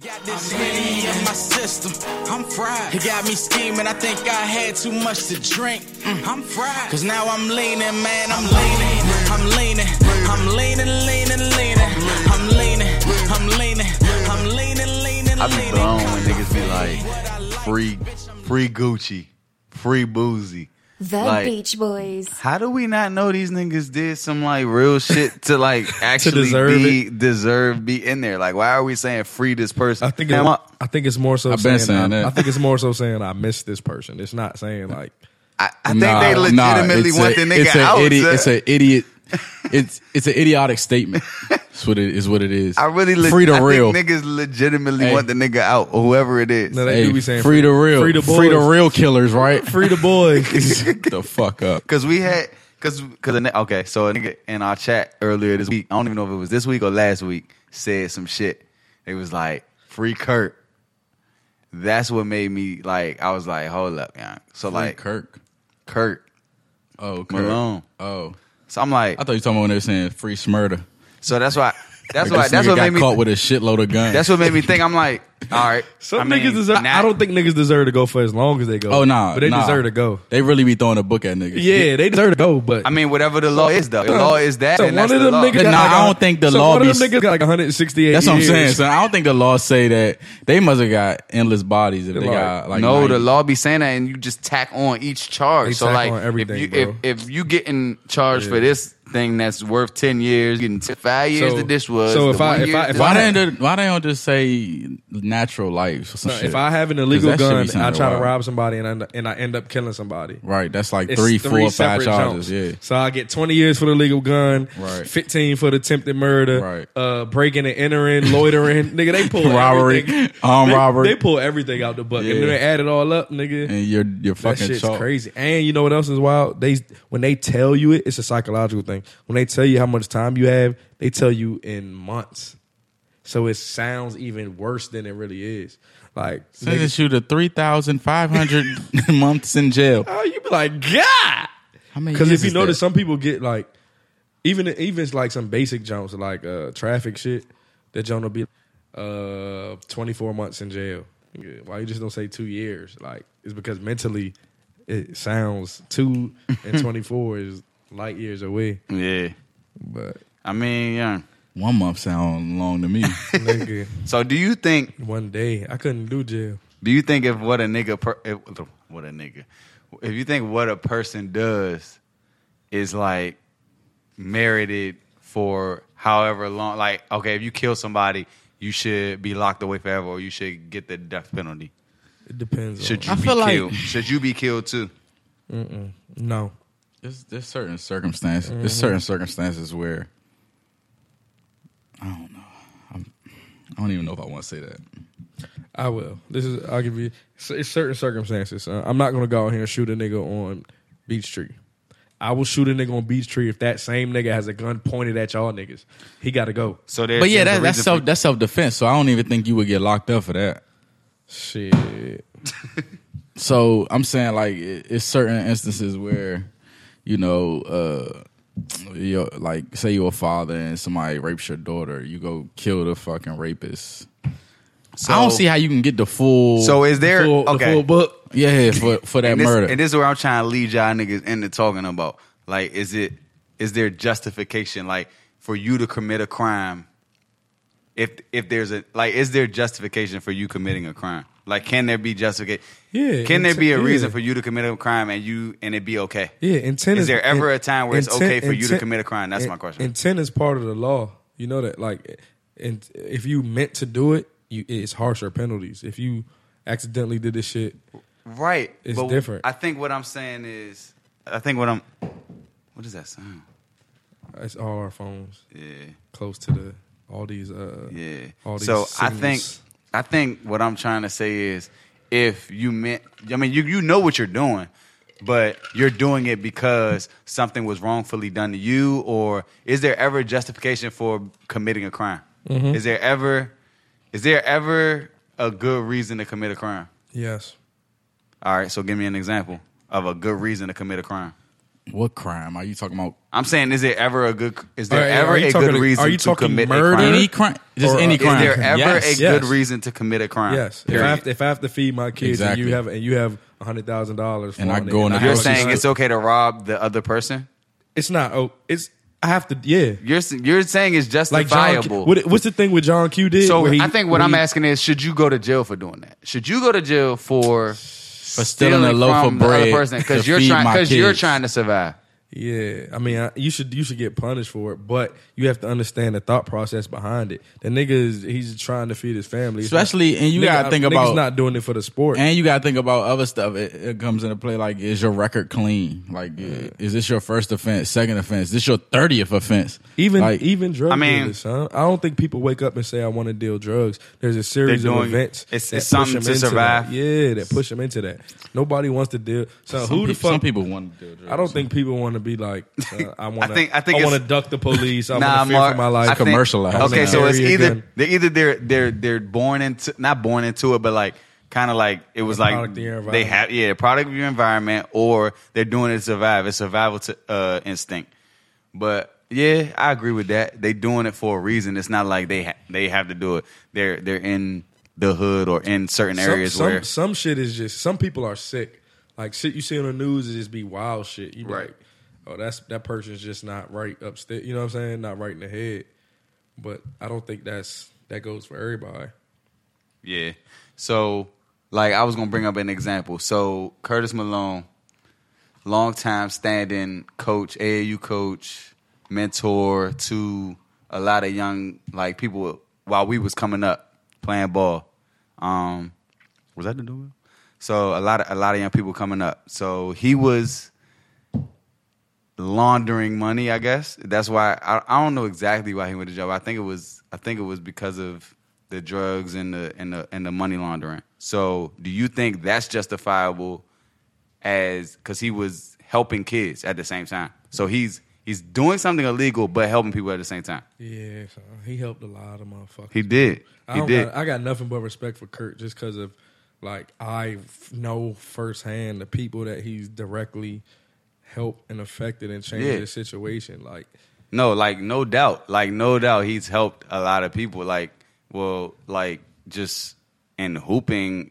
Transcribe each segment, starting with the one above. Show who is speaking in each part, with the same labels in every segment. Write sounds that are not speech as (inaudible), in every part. Speaker 1: Got this Henny in my system. I'm fried. It got me scheming. I think I had too much to drink. Mm, I'm fried. Cause now I'm leaning, man. I'm leaning. I'm leaning. I'm leaning, leaning, leaning. I'm leaning. I'm leaning. I'm leaning, leaning,
Speaker 2: I be
Speaker 1: leaning.
Speaker 2: blown when niggas be like free, free Gucci, free boozy.
Speaker 3: The
Speaker 2: Like-
Speaker 3: Beach Boys.
Speaker 2: How do we not know these niggas did some like real shit to
Speaker 4: (laughs)
Speaker 2: like actually
Speaker 5: deserve
Speaker 2: be deserve be in there? Like, why are we saying free this person?
Speaker 5: I think
Speaker 2: Am
Speaker 5: it,
Speaker 2: I-
Speaker 5: I think it's more so
Speaker 4: I've
Speaker 5: saying,
Speaker 4: been saying
Speaker 5: I,
Speaker 4: that.
Speaker 5: I think it's more so saying I miss this person. It's not saying like
Speaker 2: I, I think
Speaker 4: Nah,
Speaker 2: they
Speaker 4: nah,
Speaker 2: legitimately
Speaker 4: it's
Speaker 2: want
Speaker 4: a-
Speaker 2: the nigga
Speaker 4: it's a
Speaker 2: out.
Speaker 4: idi-
Speaker 2: son.
Speaker 4: it's an idiot. It's it's an idiotic statement. That's what it is. What it is.
Speaker 2: I really le-
Speaker 4: free
Speaker 2: I
Speaker 4: to
Speaker 2: think
Speaker 4: real.
Speaker 2: niggas legitimately
Speaker 4: Hey.
Speaker 2: want the nigga out, whoever it is.
Speaker 5: no, they
Speaker 4: Hey,
Speaker 5: do be saying
Speaker 4: free to real.
Speaker 5: free to
Speaker 4: free to
Speaker 5: boys.
Speaker 4: real killers. Right.
Speaker 5: (laughs) (laughs) free the boys.
Speaker 4: the fuck up.
Speaker 2: Cause we had, cause, cause, a ni- okay, so a nigga in our chat earlier this week, I don't even know if it was this week or last week, said some shit. It was like, free Kurt. That's what made me like, I was like, hold up, yeah. So like, Kurt,
Speaker 4: Kirk. Oh, Kirk.
Speaker 2: Malone.
Speaker 4: Oh,
Speaker 2: So I'm like,
Speaker 4: I thought you were talking about when they were saying free Smurda.
Speaker 2: so that's why, that's
Speaker 4: Like,
Speaker 2: why,
Speaker 4: this
Speaker 2: that's
Speaker 4: nigga
Speaker 2: what
Speaker 4: got
Speaker 2: made me,
Speaker 4: caught with a shitload of guns.
Speaker 2: that's what made me think. I'm like, all right.
Speaker 5: Some
Speaker 4: (laughs)
Speaker 2: I mean,
Speaker 5: niggas deserve.
Speaker 2: now-
Speaker 5: I don't think niggas deserve to go for as long as they go.
Speaker 4: Oh nah,
Speaker 5: but they
Speaker 4: nah.
Speaker 5: deserve to go.
Speaker 4: They really be throwing a book at niggas.
Speaker 5: Yeah, they deserve to go. But
Speaker 2: I mean, whatever the law is though, the law is that,
Speaker 5: So
Speaker 2: and that's the law.
Speaker 4: niggas- Nah,
Speaker 5: like
Speaker 4: I
Speaker 5: a-
Speaker 4: don't think the
Speaker 5: so
Speaker 4: law
Speaker 5: One
Speaker 4: be
Speaker 5: of them
Speaker 4: s-
Speaker 5: niggas got like 168.
Speaker 4: That's what I'm
Speaker 5: years.
Speaker 4: saying. So I don't think the law say that they must have got endless bodies if they
Speaker 5: Like,
Speaker 4: got like
Speaker 2: no,
Speaker 4: 90.
Speaker 2: the law be saying that, and you just tack on each charge.
Speaker 5: They
Speaker 2: so
Speaker 5: tack
Speaker 2: like,
Speaker 5: on everything,
Speaker 2: if you
Speaker 5: bro.
Speaker 2: if, if you getting charged for this thing that's worth ten years, getting t- five years
Speaker 5: So-
Speaker 2: that this was.
Speaker 5: so
Speaker 2: the
Speaker 5: if I-
Speaker 2: one
Speaker 5: if
Speaker 2: year
Speaker 5: I-
Speaker 2: that
Speaker 5: if
Speaker 2: this
Speaker 5: I
Speaker 4: Why
Speaker 2: was-
Speaker 4: they don't why they don't just say natural life? or some
Speaker 5: So
Speaker 4: shit?
Speaker 5: if I have an illegal
Speaker 4: 'Cause that shit be
Speaker 5: gun, I
Speaker 4: sounding
Speaker 5: try to
Speaker 4: wild.
Speaker 5: rob somebody and I, and I end up killing somebody.
Speaker 4: Right, that's like
Speaker 5: It's
Speaker 4: three, four, five
Speaker 5: separate
Speaker 4: charges.
Speaker 5: jumps.
Speaker 4: Yeah,
Speaker 5: So I get 20 years for the legal gun,
Speaker 4: Right.
Speaker 5: 15 for the attempted murder,
Speaker 4: Right.
Speaker 5: uh, breaking and entering,
Speaker 4: (laughs)
Speaker 5: loitering. nigga, they pull
Speaker 4: Robbery,
Speaker 5: everything.
Speaker 4: armed
Speaker 5: they,
Speaker 4: robbery.
Speaker 5: They pull everything out the bucket. And
Speaker 4: Yeah.
Speaker 5: then they add it all up, nigga.
Speaker 4: and you're you're
Speaker 5: that
Speaker 4: fucking
Speaker 5: shit's
Speaker 4: chalk.
Speaker 5: crazy. And you know what else is wild? They when they tell you it, it's a psychological thing. When they tell you how much time you have, they tell you in months. So it sounds even worse than it really is. Like nigga,
Speaker 4: Sentenced you to three thousand five hundred (laughs) months in jail.
Speaker 5: Oh, you be like, God.
Speaker 4: How many
Speaker 5: Because
Speaker 4: years
Speaker 5: if you
Speaker 4: is
Speaker 5: notice,
Speaker 4: that?
Speaker 5: some people get like, even even it's like some basic jumps like uh, traffic shit. That John will be uh, twenty four months in jail. Yeah, Why you just don't say two years? Like it's because mentally, it sounds two
Speaker 4: (laughs)
Speaker 5: and twenty four is light years away.
Speaker 2: yeah,
Speaker 4: (laughs)
Speaker 5: But
Speaker 2: I mean, yeah.
Speaker 4: One month sound
Speaker 5: (laughs)
Speaker 4: long to me.
Speaker 5: nigga,
Speaker 2: So do you think?
Speaker 5: one day I couldn't do jail.
Speaker 2: Do you think if what a nigga, per, if, what a nigga, if you think what a person does is like merited for however long, like okay, if you kill somebody, you should be locked away forever, or you should get the death penalty.
Speaker 5: It depends.
Speaker 2: Should you
Speaker 5: on,
Speaker 2: be
Speaker 4: feel like-
Speaker 2: killed? Should you be killed too?
Speaker 5: no.
Speaker 4: There's, there's certain circumstances. There's
Speaker 5: Mm-hmm.
Speaker 4: certain circumstances where I don't know. I'm, I don't even know if I want to say that.
Speaker 5: I will. This is. I'll give you. It's, it's certain circumstances. Uh, I'm not gonna go out here and shoot a nigga on Beach Tree. I will shoot a nigga on Beach Tree if that same nigga has a gun pointed at y'all niggas. He got to go.
Speaker 2: So there,
Speaker 4: But
Speaker 2: there's
Speaker 4: yeah, that,
Speaker 2: a
Speaker 4: that's
Speaker 2: reason
Speaker 4: self
Speaker 2: for-
Speaker 4: that's self defense. So I don't even think you would get locked up for that.
Speaker 5: Shit.
Speaker 4: So I'm saying like it, it's certain instances where you know, uh, you like say you're a father and somebody rapes your daughter, you go kill the fucking rapist. I don't see how you can get the full.
Speaker 2: So is there
Speaker 5: Full- the
Speaker 2: okay?
Speaker 5: full book.
Speaker 4: yeah
Speaker 2: (laughs)
Speaker 4: for for that
Speaker 2: and, this,
Speaker 4: murder.
Speaker 2: and this is where I'm trying to lead y'all niggas into talking about. Like, is it is there justification like for you to commit a crime? If if there's a like, is there justification for you committing a crime? Like, can there be justification?
Speaker 5: Yeah,
Speaker 2: Can there
Speaker 5: it's-
Speaker 2: be a reason
Speaker 5: yeah.
Speaker 2: for you to commit a crime and you and it be okay?
Speaker 5: Yeah. Intent.
Speaker 2: Is there ever
Speaker 5: in-
Speaker 2: a time where it's
Speaker 5: intent-
Speaker 2: okay for you to
Speaker 5: intent-
Speaker 2: commit a crime? That's
Speaker 5: in-
Speaker 2: my question.
Speaker 5: Intent is part of the law. You know that. Like, and if you meant to do it, you, it's harsher penalties. If you accidentally did this shit,
Speaker 2: Right.
Speaker 5: It's different.
Speaker 2: I think what I'm saying is, I think what I'm. What does that sound?
Speaker 5: it's all our phones
Speaker 2: Yeah.
Speaker 5: close to the all these. Uh,
Speaker 2: Yeah.
Speaker 5: All these
Speaker 2: so I
Speaker 5: signals.
Speaker 2: think I think what I'm trying to say is if you meant I mean you you know what you're doing, but you're doing it because something was wrongfully done to you or is there ever justification for committing a crime?
Speaker 5: Mm-hmm.
Speaker 2: Is there ever is there ever a good reason to commit a crime?
Speaker 5: Yes.
Speaker 2: All right, so give me an example of a good reason to commit a crime.
Speaker 4: What crime are you talking about?
Speaker 2: I'm saying, is there ever a good? Is there
Speaker 5: Are- are
Speaker 2: ever
Speaker 5: you
Speaker 2: a
Speaker 5: talking-
Speaker 2: good reason
Speaker 5: are you
Speaker 2: to
Speaker 5: talking
Speaker 2: commit
Speaker 5: murder?
Speaker 2: a crime?
Speaker 4: Any crime? Just
Speaker 5: Or, uh,
Speaker 4: any
Speaker 5: is
Speaker 4: crime?
Speaker 2: Is there ever
Speaker 4: Yes.
Speaker 2: a good
Speaker 5: yes.
Speaker 2: reason to commit a crime?
Speaker 5: Yes. If I,
Speaker 2: Period.
Speaker 5: have to, if I have to feed my kids and
Speaker 4: Exactly.
Speaker 5: you have and you have hundred thousand dollars,
Speaker 4: And I go in the
Speaker 2: You're
Speaker 4: house
Speaker 2: saying
Speaker 4: is-
Speaker 2: it's okay to rob the other person.
Speaker 5: it's not. Oh, it's I have to. Yeah,
Speaker 2: You're s- you're saying it's
Speaker 5: like John. Q-
Speaker 2: justifiable.
Speaker 5: what, what's the thing with John Q did?
Speaker 2: so
Speaker 5: where he-
Speaker 2: I think what
Speaker 5: where
Speaker 2: I'm
Speaker 5: he-
Speaker 2: asking is, should you go to jail for doing that? Should you go to jail for
Speaker 4: For stealing a loaf
Speaker 2: from
Speaker 4: of
Speaker 2: the other
Speaker 4: bread
Speaker 2: person because
Speaker 4: to
Speaker 2: you're
Speaker 4: feed
Speaker 2: trying
Speaker 4: my
Speaker 2: because you're
Speaker 4: kids.
Speaker 2: trying to survive?
Speaker 5: Yeah, I mean, I, you should you should get punished for it, but you have to understand the thought process behind it. The nigga is he's trying to feed his family, It's not-
Speaker 4: Especially- and you gotta think
Speaker 5: niggas
Speaker 4: about-
Speaker 5: not doing it for the sport.
Speaker 4: And you gotta think about other stuff. It, it comes into play like, is your record clean? Like, is this your first offense, second offense? This your thirtieth offense?
Speaker 5: even e-
Speaker 4: like,
Speaker 5: even drug
Speaker 2: I mean-
Speaker 5: dealers, huh? I don't think people wake up and say I want to deal drugs. There's a series
Speaker 2: They're
Speaker 5: of
Speaker 2: doing-
Speaker 5: events.
Speaker 2: it's-
Speaker 5: that
Speaker 2: it's
Speaker 5: push
Speaker 2: something
Speaker 5: them
Speaker 2: to
Speaker 5: into
Speaker 2: survive.
Speaker 5: That. Yeah, that push them into that. Nobody wants to deal. So
Speaker 4: some
Speaker 5: who
Speaker 4: peop-
Speaker 5: the fuck?
Speaker 4: Some people want to do drugs.
Speaker 5: I don't think people want to be like. Uh, I want.
Speaker 2: think- (laughs) I think
Speaker 5: I
Speaker 2: it's-
Speaker 5: want to duck the police.
Speaker 2: (laughs)
Speaker 5: I
Speaker 2: Nah,
Speaker 5: want to fear
Speaker 2: Mark,
Speaker 5: for my life.
Speaker 2: I think-
Speaker 4: Commercialized
Speaker 2: Okay,
Speaker 4: now.
Speaker 2: so it's
Speaker 5: Area
Speaker 2: either
Speaker 5: gun.
Speaker 2: they're either they're they're they're born into not born into it, but like kind of like it was
Speaker 5: A
Speaker 2: like
Speaker 5: product of your
Speaker 2: they
Speaker 5: environment.
Speaker 2: have yeah, product of your environment, or they're doing it to survive. It's survival to, uh, instinct. But yeah, I agree with that. They doing it for a reason. It's not like they ha- they have to do it. They're they're in the hood or in certain areas
Speaker 5: some,
Speaker 2: where
Speaker 5: some shit is just some people are sick. Like shit you see on the news is just be wild shit. You be
Speaker 2: Right.
Speaker 5: like, oh that's that person's just not right upstairs. You know what I'm saying? Not right in the head. But I don't think that's that goes for everybody.
Speaker 2: Yeah. So, like, I was gonna bring up an example. So, Curtis Malone, long time standing coach, AAU coach, mentor to a lot of young like people while we was coming up playing ball. Um, was that the dude? So a lot of a lot of young people coming up. So he was laundering money, I guess. That's why I, I don't know exactly why he went to jail. I think it was I think it was because of the drugs and the and the and the money laundering. So do you think that's justifiable as because he was helping kids at the same time? So he's he's doing something illegal but helping people at the same time.
Speaker 5: Yeah, so he helped a lot of motherfuckers.
Speaker 2: He did.
Speaker 5: I
Speaker 2: He
Speaker 5: don't
Speaker 2: did.
Speaker 5: Got, I got nothing but respect for Kurt just because of like I f- know firsthand the people that he's directly helped and affected and changed
Speaker 2: Yeah.
Speaker 5: the situation. Like
Speaker 2: No, like no doubt, like no doubt, he's helped a lot of people. Like, well, like just in hooping,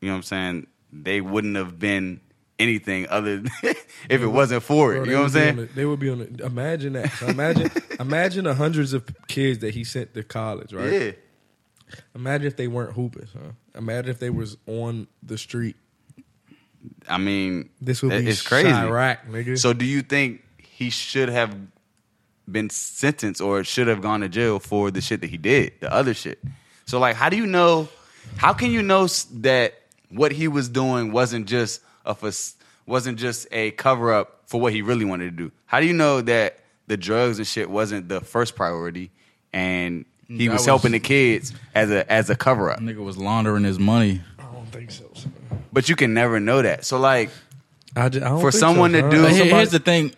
Speaker 2: you know what I'm saying? They wouldn't have been anything other (laughs) than if it wasn't for it. You
Speaker 5: Bro, they
Speaker 2: know what I'm
Speaker 5: would be
Speaker 2: saying?
Speaker 5: on the- they would be on. The, imagine that.
Speaker 2: (laughs)
Speaker 5: So imagine, imagine the hundreds of kids that he sent to college. Right.
Speaker 2: Yeah,
Speaker 5: Imagine if they weren't hooping. Huh? Imagine if they was on the street.
Speaker 2: I mean,
Speaker 5: This would be
Speaker 2: it's crazy.
Speaker 5: Chirac, nigga.
Speaker 2: So, do you think he should have been sentenced or should have gone to jail for the shit that he did, the other shit? So, like, how do you know? How can you know s- that what he was doing wasn't just a fac- wasn't just a cover up for what he really wanted to do? How do you know that the drugs and shit wasn't the first priority and he
Speaker 4: That
Speaker 2: was,
Speaker 4: was-
Speaker 2: helping the kids as a as a cover up?
Speaker 4: nigga was laundering his money.
Speaker 5: I don't think so.
Speaker 2: But you can never know that. So, like,
Speaker 5: I ju- I don't
Speaker 2: For
Speaker 5: think
Speaker 2: someone
Speaker 5: so,
Speaker 2: to
Speaker 5: huh?
Speaker 2: do-
Speaker 4: But here-
Speaker 2: somebody-
Speaker 4: here's the thing.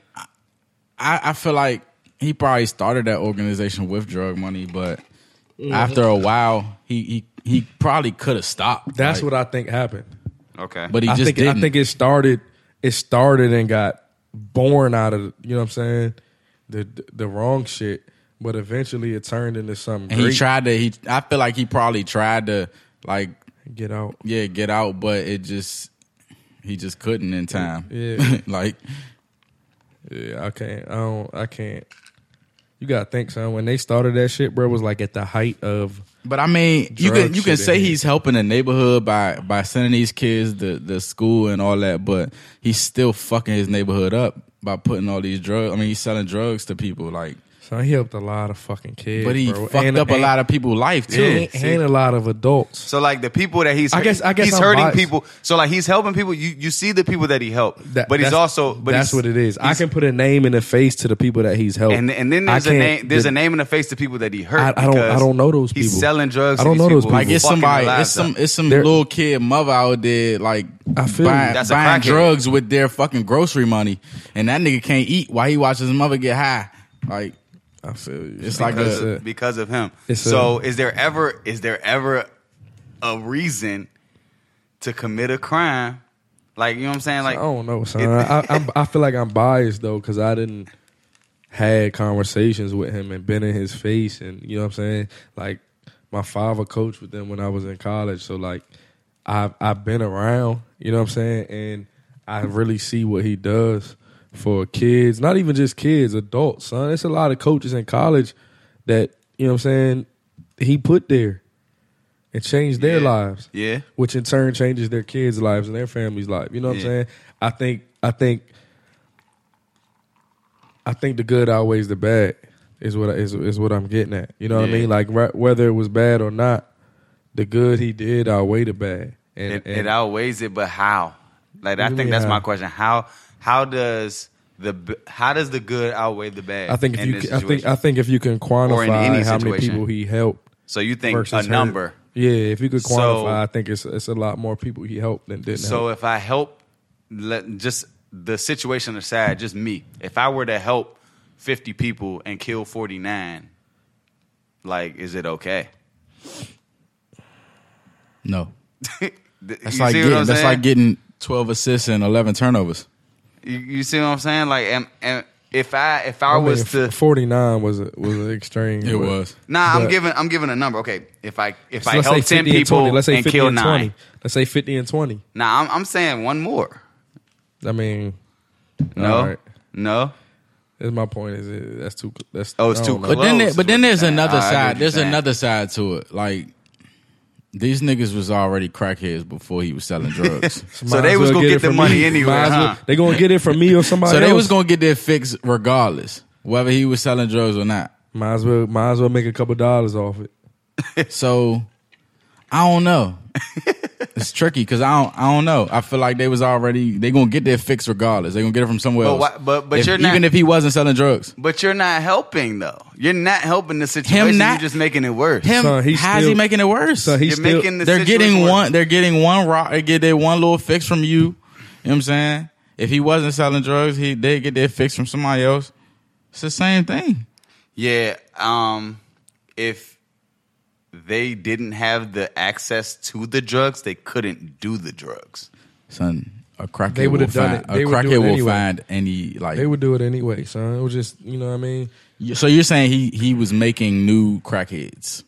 Speaker 4: I, I feel like he probably started that organization with drug money, but
Speaker 5: Mm-hmm.
Speaker 4: after a while, he he, he probably could have stopped.
Speaker 5: That's
Speaker 4: Like,
Speaker 5: what I think happened.
Speaker 2: okay,
Speaker 4: But he
Speaker 5: I
Speaker 4: just
Speaker 5: think
Speaker 4: didn't.
Speaker 5: I think it started. It started and got born out of you know what I'm saying. The the, the wrong shit, but eventually it turned into something.
Speaker 4: and he
Speaker 5: great.
Speaker 4: tried to. He I feel like he probably tried to like
Speaker 5: get out.
Speaker 4: yeah get out, but it just he just couldn't in time.
Speaker 5: Yeah.
Speaker 4: (laughs) like
Speaker 5: Yeah, I can't. I don't. I can't. You gotta think, son. When they started that shit, bro, it was like at the height of.
Speaker 4: But I mean, you
Speaker 5: Drug
Speaker 4: can you can
Speaker 5: shit in
Speaker 4: say
Speaker 5: here.
Speaker 4: he's helping the neighborhood by by sending these kids to the school and all that, but he's still fucking his neighborhood up by putting all these drugs. I mean, he's selling drugs to people, like,
Speaker 5: Son, he helped a lot of fucking kids,
Speaker 4: but he
Speaker 5: bro.
Speaker 4: fucked
Speaker 5: and,
Speaker 4: up a lot of people's life too.
Speaker 5: and, and a lot of adults.
Speaker 2: So like the people that he's
Speaker 5: I guess- I guess
Speaker 2: he's
Speaker 5: I'm
Speaker 2: hurting
Speaker 5: biased.
Speaker 2: people. So like he's helping people. You you see the people that he helped,
Speaker 5: That-
Speaker 2: but he's
Speaker 5: that's-
Speaker 2: also but
Speaker 5: that's
Speaker 2: he's-
Speaker 5: what it is. I
Speaker 2: he's-
Speaker 5: can put a name and a face to the people that he's helped.
Speaker 2: and and then
Speaker 5: I
Speaker 2: there's a
Speaker 5: can't-
Speaker 2: name there's
Speaker 5: the-
Speaker 2: a name and a face to people that he hurt.
Speaker 5: I- I don't-
Speaker 2: because
Speaker 5: I don't know those
Speaker 2: He's
Speaker 5: people.
Speaker 2: selling drugs.
Speaker 5: I
Speaker 2: to
Speaker 5: don't
Speaker 2: these
Speaker 5: know those
Speaker 2: people.
Speaker 4: Like it's
Speaker 2: Fucking
Speaker 4: somebody,
Speaker 2: lives
Speaker 4: it's some
Speaker 2: up.
Speaker 4: it's some
Speaker 5: There-
Speaker 4: little kid mother out there like
Speaker 5: I feel you.
Speaker 4: buying,
Speaker 2: That's a
Speaker 4: buying
Speaker 2: crackhead.
Speaker 4: drugs with their fucking grocery money, and that nigga can't eat while he watches his mother get high. Like
Speaker 5: I feel you.
Speaker 4: it's
Speaker 5: son.
Speaker 4: like
Speaker 2: because,
Speaker 4: a,
Speaker 5: a-
Speaker 2: because of him.
Speaker 5: it's a-
Speaker 2: So is there ever is there ever a reason to commit a crime? Like you know what I'm saying? Like
Speaker 5: I don't know, son. I,
Speaker 2: (laughs)
Speaker 5: I'm, I feel like I'm biased though because I didn't had conversations with him and been in his face, and you know what I'm saying. Like my father coached with them when I was in college, so like I've I've been around, you know what I'm saying, and I really see what he does for kids, not even just kids, adults, son. It's a lot of coaches in college that you know what I'm saying he put there and changed their
Speaker 2: Yeah.
Speaker 5: lives
Speaker 2: yeah,
Speaker 5: which in turn changes their kids' lives and their families' life. You know what
Speaker 2: Yeah.
Speaker 5: I'm saying? I think I think I think the good outweighs the bad is what I, is is what I'm getting at. You know what
Speaker 2: Yeah.
Speaker 5: I mean? Like right, whether it was bad or not, the good he did outweighed the bad. And,
Speaker 2: it,
Speaker 5: and
Speaker 2: it outweighs it, but how? Like I
Speaker 5: do you
Speaker 2: think
Speaker 5: mean
Speaker 2: that's my
Speaker 5: how?
Speaker 2: question. How how does the b- how does the good outweigh the bad?
Speaker 5: I think if
Speaker 2: in
Speaker 5: you
Speaker 2: this
Speaker 5: ca- I think
Speaker 2: situation?
Speaker 5: I think if you can
Speaker 2: any
Speaker 5: quantify how many
Speaker 2: situation.
Speaker 5: people he helped
Speaker 2: so you think a
Speaker 5: versus hurt-
Speaker 2: number.
Speaker 5: Yeah, if you could
Speaker 2: So-
Speaker 5: quantify, I think it's it's a lot more people he helped than didn't
Speaker 2: So
Speaker 5: help.
Speaker 2: if I help, let just the situation aside, just me. If I were to help fifty people and kill forty nine, like is it okay? (laughs)
Speaker 4: No,
Speaker 2: That's
Speaker 4: that's like getting, that's like getting twelve assists and eleven turnovers.
Speaker 2: You, you see what I'm saying? Like, am, am, if I if I,
Speaker 5: I
Speaker 2: was to
Speaker 5: forty nine was a, was an extreme.
Speaker 4: It was.
Speaker 2: nah, I'm
Speaker 5: but-
Speaker 2: giving I'm giving a number. Okay, if I if
Speaker 5: So
Speaker 2: I help ten
Speaker 5: 50 and
Speaker 2: people
Speaker 5: 20.
Speaker 2: and,
Speaker 5: let's say 50
Speaker 2: kill
Speaker 5: and
Speaker 2: nine,
Speaker 5: 20. Let's say 50 and 20.
Speaker 2: nah, I'm, I'm saying one more.
Speaker 5: I mean,
Speaker 2: No,
Speaker 5: all right.
Speaker 2: no.
Speaker 5: That's my point. Is it, that's too? That's
Speaker 2: Oh, it's
Speaker 5: I
Speaker 2: too
Speaker 5: don't know.
Speaker 2: close.
Speaker 4: But then, there-
Speaker 2: is
Speaker 4: but then
Speaker 2: what
Speaker 4: there's
Speaker 2: you're saying.
Speaker 4: another
Speaker 2: I get what
Speaker 4: side.
Speaker 2: you're
Speaker 4: There's
Speaker 2: saying.
Speaker 4: another side to it. Like these niggas was already crackheads before he was
Speaker 2: (laughs)
Speaker 4: selling drugs,
Speaker 5: Might
Speaker 2: So they
Speaker 5: as
Speaker 2: was
Speaker 5: well
Speaker 2: gonna
Speaker 5: it
Speaker 2: get the
Speaker 5: from
Speaker 2: money
Speaker 5: me.
Speaker 2: anyway,
Speaker 5: Might as well-
Speaker 2: huh?
Speaker 5: They gonna get it from me or somebody.
Speaker 4: so they
Speaker 5: else.
Speaker 4: was gonna get their fix regardless, whether he was selling drugs or not.
Speaker 5: Might as well. Might as well make a couple dollars off it.
Speaker 4: So I
Speaker 2: (laughs)
Speaker 4: don't know. it's tricky because I don't. I don't know. I feel like they was already. They gonna get their fix regardless. They gonna get it from somewhere
Speaker 2: But
Speaker 4: else.
Speaker 2: why- but- but
Speaker 4: If-
Speaker 2: you're not-
Speaker 4: even if he wasn't selling drugs.
Speaker 2: But you're not helping though. You're not helping the situation.
Speaker 4: not-
Speaker 2: you're just making it worse.
Speaker 4: Him,
Speaker 5: Son, he
Speaker 4: how's he
Speaker 5: still-
Speaker 4: making it worse?
Speaker 5: So he
Speaker 2: You're
Speaker 5: still.
Speaker 2: making the
Speaker 4: they're
Speaker 2: situation
Speaker 4: getting
Speaker 2: worse.
Speaker 4: one. They're getting one rock. They get their one little fix from you. You know what I'm saying? If he wasn't selling drugs, he did get their fix from somebody else. It's the same thing.
Speaker 2: Yeah. Um, if they didn't have the access to the drugs, they couldn't do the drugs.
Speaker 4: Son, a crackhead
Speaker 5: They
Speaker 4: will
Speaker 5: would've done
Speaker 4: find
Speaker 5: it.
Speaker 4: a
Speaker 5: They would do
Speaker 4: crackhead
Speaker 5: it
Speaker 4: will
Speaker 5: anyway.
Speaker 4: find any like.
Speaker 5: they would do it anyway, son. It was just you know what I mean.
Speaker 4: so you're saying he he was making new crackheads?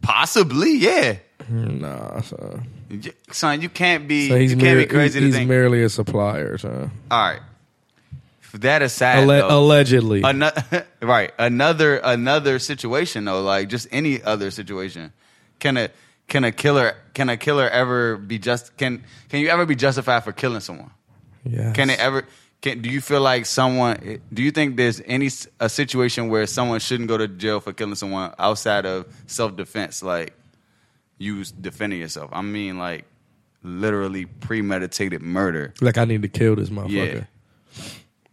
Speaker 2: Possibly, yeah.
Speaker 5: Nah, son.
Speaker 2: Y- Son, you can't be
Speaker 5: So he's
Speaker 2: you can't
Speaker 5: mer-
Speaker 2: be crazy
Speaker 5: he's
Speaker 2: to think.
Speaker 5: merely a supplier, son.
Speaker 2: All right. That aside,
Speaker 5: Alle-
Speaker 2: though,
Speaker 5: allegedly,
Speaker 2: ano- (laughs) right? Another another situation though, like just any other situation. Can a can a killer can a killer ever be just can can you ever be justified for killing someone?
Speaker 5: yes.
Speaker 2: Can it ever? Can do you feel like someone? Do you think there's any s- a situation where someone shouldn't go to jail for killing someone outside of self defense, like you s- defending yourself? I mean, like literally premeditated murder.
Speaker 5: Like I need to kill this motherfucker.
Speaker 2: Yeah,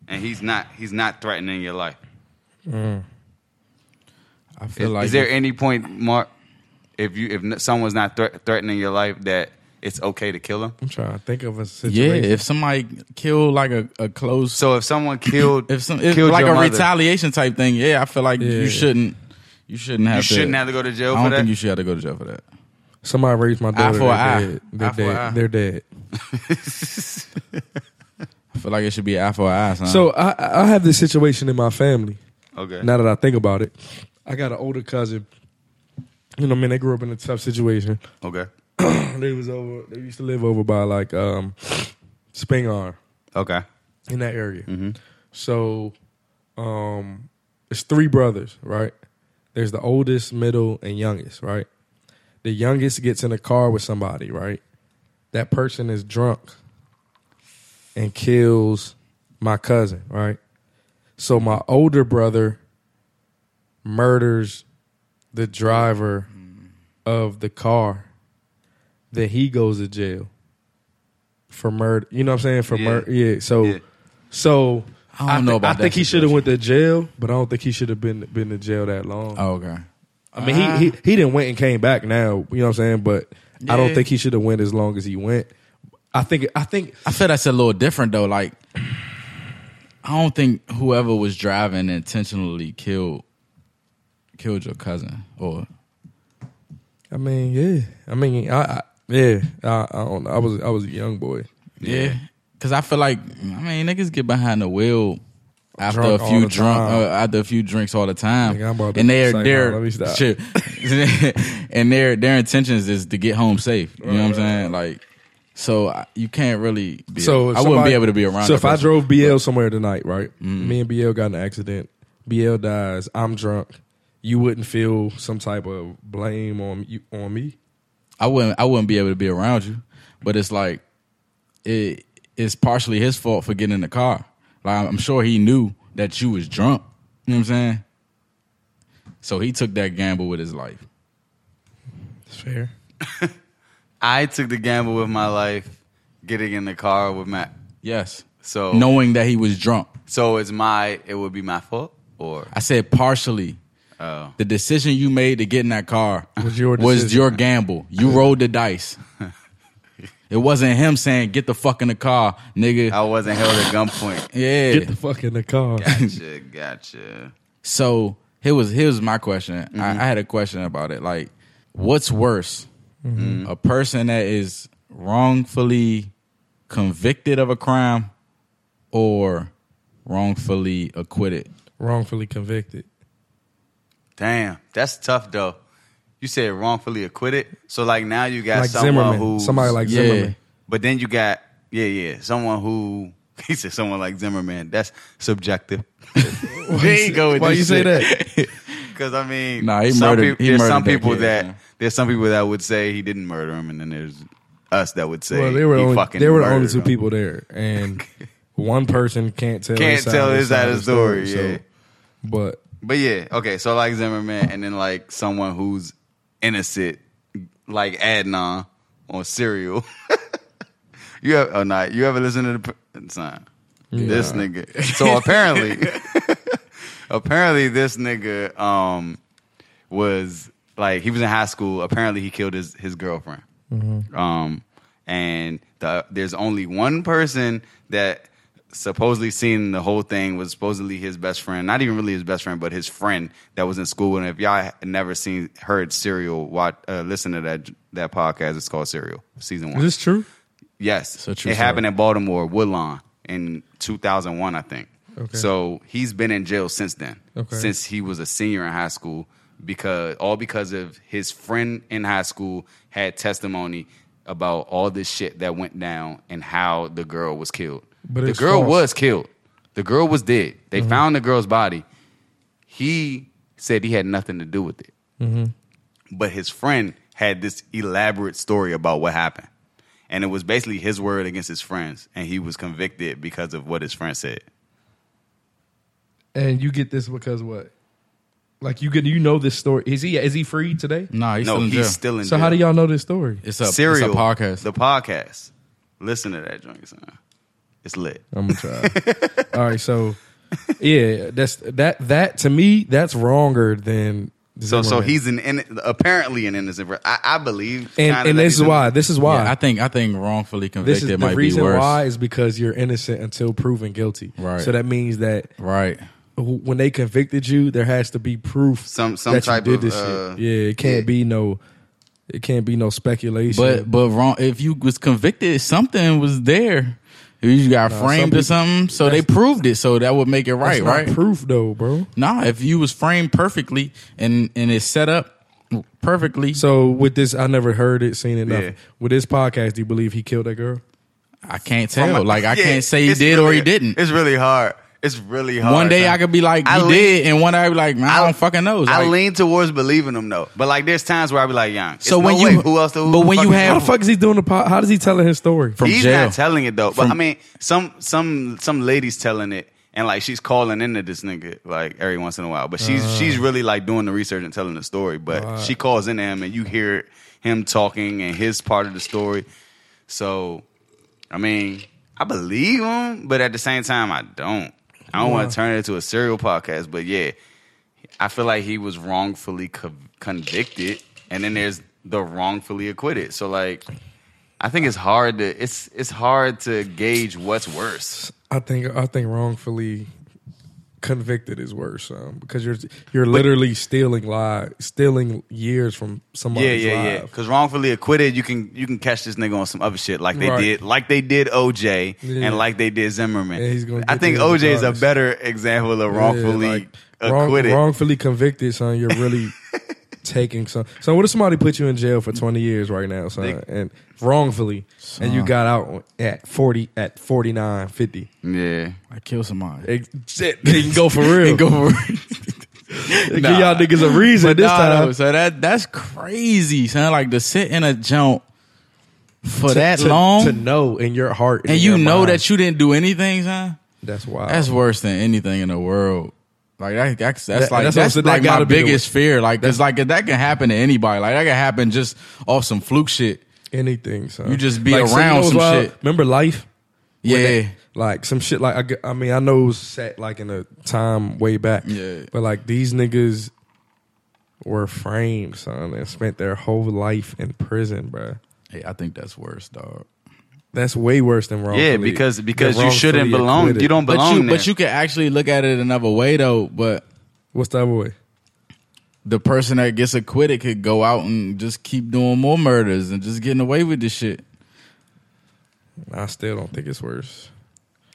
Speaker 2: and he's not he's not threatening your life.
Speaker 4: I feel
Speaker 2: Is,
Speaker 4: like
Speaker 2: is there any point, Mark? If you if n- someone's not thre- threatening your life, that it's okay to kill him.
Speaker 5: I'm trying to think of a
Speaker 4: yeah,
Speaker 5: situation.
Speaker 4: if somebody killed like a, a close,
Speaker 2: So if
Speaker 4: (laughs)
Speaker 2: someone killed
Speaker 4: if some if,
Speaker 2: killed
Speaker 4: like a
Speaker 2: your mother,
Speaker 4: retaliation type thing, yeah, I feel like
Speaker 5: Yeah.
Speaker 4: you shouldn't you shouldn't have
Speaker 2: you
Speaker 4: to,
Speaker 2: shouldn't have to go to
Speaker 4: I
Speaker 2: jail
Speaker 4: don't
Speaker 2: for that.
Speaker 4: think you should have to go to jail for that.
Speaker 5: Somebody raised my
Speaker 4: Eye
Speaker 5: daughter.
Speaker 4: for
Speaker 5: They're
Speaker 4: eye.
Speaker 5: dead.
Speaker 4: Eye
Speaker 5: They're
Speaker 4: for eye.
Speaker 5: dead. They're dead.
Speaker 4: I feel like it should be eye for eye. Son.
Speaker 5: So I- I, I have this situation in my family.
Speaker 2: okay,
Speaker 5: Now that I think about it, I got an older cousin. You know, man, they grew up in a tough situation. (clears throat)
Speaker 2: okay,
Speaker 5: they was over. They used to live over by like um, Spingar
Speaker 2: okay,
Speaker 5: in that area.
Speaker 4: Mm-hmm.
Speaker 5: So, um, it's three brothers, right? There's the oldest, middle, and youngest, right? The youngest gets in a car with somebody, right? That person is drunk and kills my cousin, right? So my older brother murders the driver of the car. Then he goes to jail for murder. You know what I'm saying? For
Speaker 2: Yeah.
Speaker 5: murder. Yeah. So
Speaker 2: Yeah.
Speaker 5: so
Speaker 4: I don't know
Speaker 5: thi-
Speaker 4: about
Speaker 5: I
Speaker 4: that
Speaker 5: think he should have
Speaker 4: situation.
Speaker 5: went to jail, but I don't think he should have been been to jail that long.
Speaker 4: oh, okay,
Speaker 5: I mean, he, he he didn't went and came back now. You know what I'm saying? But I
Speaker 4: Yeah.
Speaker 5: don't think he should have went as long as he went. I think I think
Speaker 4: I feel that's a little different though. Like I don't think whoever was driving intentionally killed killed your cousin or
Speaker 5: I mean, yeah. I mean, I, I Yeah, I, I don't know. I was I was a young boy.
Speaker 4: Yeah. Cause I feel like I mean niggas get behind the wheel after
Speaker 5: Drunk
Speaker 4: a
Speaker 5: all
Speaker 4: few
Speaker 5: the
Speaker 4: drunk
Speaker 5: time.
Speaker 4: uh, after a few drinks all the time,
Speaker 5: Nigga, I'm about to
Speaker 4: and they're
Speaker 5: say,
Speaker 4: their
Speaker 5: nah, let me stop.
Speaker 4: shit, (laughs) and their their intentions is to get home safe. You know what I'm saying? Like, so I, you can't really.
Speaker 5: So
Speaker 4: Be, so
Speaker 5: if
Speaker 4: I wouldn't
Speaker 5: somebody-
Speaker 4: be able to be around.
Speaker 5: So
Speaker 4: that
Speaker 5: if I
Speaker 4: person. Mm-hmm.
Speaker 5: drove BL somewhere tonight, right? Me and BL got in an accident. BL dies. I'm drunk. You wouldn't feel some type of blame on you on me.
Speaker 4: I wouldn't I wouldn't be able to be around you. But it's like it it's partially his fault for getting in the car. Like I'm sure he knew that you was drunk. You know what I'm saying? So he took that gamble with his life.
Speaker 5: That's fair.
Speaker 2: I took the gamble with my life, getting in the car with Matt.
Speaker 4: Yes.
Speaker 2: So
Speaker 4: Knowing that he was drunk.
Speaker 2: So it's my. It would be my fault or
Speaker 4: I said partially.
Speaker 2: oh.
Speaker 4: The decision you made to get in that car
Speaker 5: Was (laughs) your
Speaker 4: was
Speaker 5: decision.
Speaker 4: your gamble. You rolled
Speaker 5: (laughs)
Speaker 4: the dice. It wasn't him saying, get the fuck in the car, nigga.
Speaker 2: I wasn't held at
Speaker 4: (laughs)
Speaker 2: gunpoint.
Speaker 4: yeah.
Speaker 5: Get the fuck in the car.
Speaker 2: Gotcha, gotcha.
Speaker 4: So here was here's my question.
Speaker 5: Mm-hmm.
Speaker 4: I, I had a question about it. Like, what's worse,
Speaker 5: Mm-hmm.
Speaker 4: a person that is wrongfully convicted of a crime or wrongfully acquitted?
Speaker 5: Wrongfully convicted.
Speaker 2: Damn, that's tough though. You said wrongfully acquitted. So like now you got
Speaker 5: Like
Speaker 2: someone
Speaker 5: Zimmerman.
Speaker 2: who
Speaker 5: Somebody like
Speaker 4: Yeah.
Speaker 5: Zimmerman.
Speaker 2: But then you got yeah, yeah, someone who (laughs) he said someone like Zimmerman. That's
Speaker 5: (laughs)
Speaker 2: subjective. there you go. With
Speaker 5: Why you
Speaker 2: (laughs)
Speaker 5: say
Speaker 2: that? Because I mean,
Speaker 4: Nah, he
Speaker 2: some
Speaker 4: murdered-
Speaker 2: peop-
Speaker 4: he
Speaker 2: there's
Speaker 4: murdered
Speaker 2: some
Speaker 4: that
Speaker 2: people
Speaker 4: kid,
Speaker 2: that
Speaker 4: man.
Speaker 2: there's some people that would say he didn't murder him, and then there's us that would say
Speaker 5: Well, they were
Speaker 2: he
Speaker 5: only,
Speaker 2: fucking
Speaker 5: they were the only
Speaker 2: murdered
Speaker 5: two
Speaker 2: him.
Speaker 5: people there,
Speaker 2: (laughs)
Speaker 5: and one person can't tell
Speaker 2: Can't
Speaker 5: his side
Speaker 2: tell
Speaker 5: of the
Speaker 2: his side of the story.
Speaker 5: so-
Speaker 2: yeah.
Speaker 5: but
Speaker 2: But yeah, okay. So like Zimmerman, and then like someone who's innocent, like Adnan on Serial. (laughs) you have oh not you ever listen to the p- son? This
Speaker 5: Nah.
Speaker 2: nigga. So apparently, (laughs) apparently this nigga um was like he was in high school. Apparently he killed his his girlfriend. Um, and the, there's only one person that supposedly seen the whole thing was supposedly his best friend, not even really his best friend, but his friend that was in school. And if y'all had never seen heard Serial, watch uh, listen to that that podcast. It's called Serial, season one.
Speaker 5: is this true?
Speaker 2: Yes.
Speaker 4: a
Speaker 2: it
Speaker 4: true story.
Speaker 2: happened in Baltimore, Woodlawn, in 2001, I think.
Speaker 5: Okay.
Speaker 2: So he's been in jail since then,
Speaker 5: Okay.
Speaker 2: since he was a senior in high school, because all because of his friend in high school had testimony about all this shit that went down and how the girl was killed.
Speaker 5: But
Speaker 2: the
Speaker 5: it's
Speaker 2: girl
Speaker 5: false. Mm-hmm.
Speaker 2: was killed. The girl was dead. They found the girl's body. He said he had nothing to do with it
Speaker 5: Mm-hmm.
Speaker 2: but his friend had this elaborate story about what happened. And it was basically his word against his friend's, and he was convicted because of what his friend said.
Speaker 5: And you get this because what? Like you get you know this story. Is he is he free today?
Speaker 4: Nah, he's
Speaker 2: no,
Speaker 4: still in
Speaker 2: he's
Speaker 4: jail.
Speaker 2: still in
Speaker 5: So
Speaker 2: jail.
Speaker 5: how do y'all know this story?
Speaker 4: it's, a, it's a
Speaker 2: Serial,
Speaker 4: podcast.
Speaker 2: The podcast. Listen to that joint, son. It's lit.
Speaker 5: I'm gonna try.
Speaker 2: (laughs)
Speaker 5: All right, so yeah, that's that that to me that's wronger than
Speaker 2: So, so
Speaker 5: Zimmerman.
Speaker 2: he's an in, apparently an innocent. per- I, I believe,
Speaker 5: and
Speaker 2: kinda
Speaker 5: and
Speaker 2: that
Speaker 5: this
Speaker 2: he's
Speaker 5: is why this is why
Speaker 4: Yeah, I think I think wrongfully
Speaker 5: this
Speaker 4: convicted
Speaker 5: is the
Speaker 4: might be
Speaker 5: reason
Speaker 4: worse.
Speaker 5: why is because you're innocent until proven guilty.
Speaker 4: Right.
Speaker 5: So that means that
Speaker 4: Right.
Speaker 5: w- when they convicted you, there has to be proof
Speaker 2: Some- some
Speaker 5: that
Speaker 2: type
Speaker 5: you
Speaker 2: of,
Speaker 5: did this
Speaker 2: uh,
Speaker 5: shit. Yeah, it can't
Speaker 2: yeah.
Speaker 5: be no, it can't be no speculation.
Speaker 4: But but wrong if you was convicted, something was there. You got framed
Speaker 5: some
Speaker 4: or something, so they
Speaker 5: that's-
Speaker 4: proved it, so that would make it
Speaker 5: That's
Speaker 4: right,
Speaker 5: not
Speaker 4: right?
Speaker 5: proof though, bro.
Speaker 4: Nah, if you was framed perfectly and and it's set up perfectly,
Speaker 5: So with this, I never heard it, seen it. Nothing.
Speaker 2: Yeah.
Speaker 5: With this podcast, do you believe he killed that girl?
Speaker 4: I can't
Speaker 2: from
Speaker 4: tell.
Speaker 2: a-
Speaker 4: (laughs) like I
Speaker 2: Yeah,
Speaker 4: can't say he
Speaker 2: it's
Speaker 4: did or he
Speaker 2: really-
Speaker 4: didn't.
Speaker 2: It's really hard. It's really hard.
Speaker 4: One day
Speaker 2: son.
Speaker 4: I could be like he
Speaker 2: I lean-
Speaker 4: did, and one day I be like, man, I, don't fucking know. It's
Speaker 2: I
Speaker 4: like-
Speaker 2: lean towards believing him though, but like there's times where I be like, "Young."
Speaker 4: So when you-
Speaker 2: who else? Who
Speaker 4: but when
Speaker 2: fuck
Speaker 4: you
Speaker 2: is-
Speaker 4: have-
Speaker 5: How the fuck is he doing the pod? How does he telling his story?
Speaker 4: from
Speaker 2: he's
Speaker 4: jail.
Speaker 2: not telling it though.
Speaker 4: From-
Speaker 2: but I mean, some some some ladies telling it, and like she's calling into this nigga like every once in a while. But she's
Speaker 4: Uh.
Speaker 2: she's really like doing the research and telling the story. But she calls into him, and you hear him talking and his part of the story. So, I mean, I believe him, but at the same time, I don't. I don't want to turn it into a serial podcast. But yeah, I feel like he was wrongfully co- convicted, and then there's the wrongfully acquitted. So like, I think it's hard to it's it's hard to gauge what's worse.
Speaker 5: I think I think wrongfully convicted is worse um, because you're you're literally stealing lives, stealing years from
Speaker 2: Yeah,
Speaker 5: somebody's
Speaker 2: yeah, yeah.
Speaker 5: life.
Speaker 2: Because wrongfully acquitted, you can you can catch this nigga on some other shit like they
Speaker 5: Right.
Speaker 2: did, like they did OJ
Speaker 5: Yeah.
Speaker 2: and like they did Zimmerman.
Speaker 5: Yeah, he's gonna
Speaker 2: I
Speaker 5: get
Speaker 2: think
Speaker 5: the other
Speaker 2: OJ is a
Speaker 5: charges.
Speaker 2: better example of
Speaker 5: Yeah,
Speaker 2: wrongfully
Speaker 5: like, wrong-
Speaker 2: acquitted.
Speaker 5: wrongfully convicted, son.
Speaker 2: (laughs)
Speaker 5: You're really taking some. So what if somebody put you in jail for 20 years right now, son, and wrongfully, and you got out at 40, at 49, 50?
Speaker 2: Yeah,
Speaker 4: I kill somebody.
Speaker 5: It, shit, they can go for real.
Speaker 4: And go for
Speaker 5: (laughs)
Speaker 4: (laughs)
Speaker 5: Give
Speaker 4: Nah.
Speaker 5: y'all niggas a reason this
Speaker 4: Nah,
Speaker 5: time.
Speaker 4: though, so that that's crazy, son. Like to sit in a jump for
Speaker 5: To-
Speaker 4: Oh, that
Speaker 5: to-
Speaker 4: long,
Speaker 5: to know in your heart,
Speaker 4: and you know that you didn't do anything, son.
Speaker 5: that's wild.
Speaker 4: That's worse than anything in the world. Like Um, that, that's that's
Speaker 5: That-
Speaker 4: like
Speaker 5: that's
Speaker 4: that's,
Speaker 5: what I'm saying, that
Speaker 4: like my
Speaker 5: gotta be the
Speaker 4: biggest
Speaker 5: way-
Speaker 4: fear. Like, cause like that can happen to anybody. Like that can happen just off some fluke shit.
Speaker 5: anything. Son.
Speaker 4: You just be
Speaker 5: so you
Speaker 4: around
Speaker 5: know what's
Speaker 4: some
Speaker 5: wild?
Speaker 4: shit.
Speaker 5: Remember life?
Speaker 4: Yeah,
Speaker 5: Like some shit. Like I g- I, mean, I know it was set like in a time way back.
Speaker 4: Yeah.
Speaker 5: But like these niggas were framed, son, and spent their whole life in prison, bro.
Speaker 4: hey, I think that's worse, dog.
Speaker 5: That's way worse than wrong.
Speaker 2: yeah. Because because you shouldn't belong. You don't
Speaker 4: But
Speaker 2: belong
Speaker 4: you,
Speaker 2: there.
Speaker 4: but you can actually look at it another way though. But
Speaker 5: What's that way?
Speaker 4: the person that gets acquitted could go out and just keep doing more murders and just getting away with this shit.
Speaker 5: I still don't think it's worse.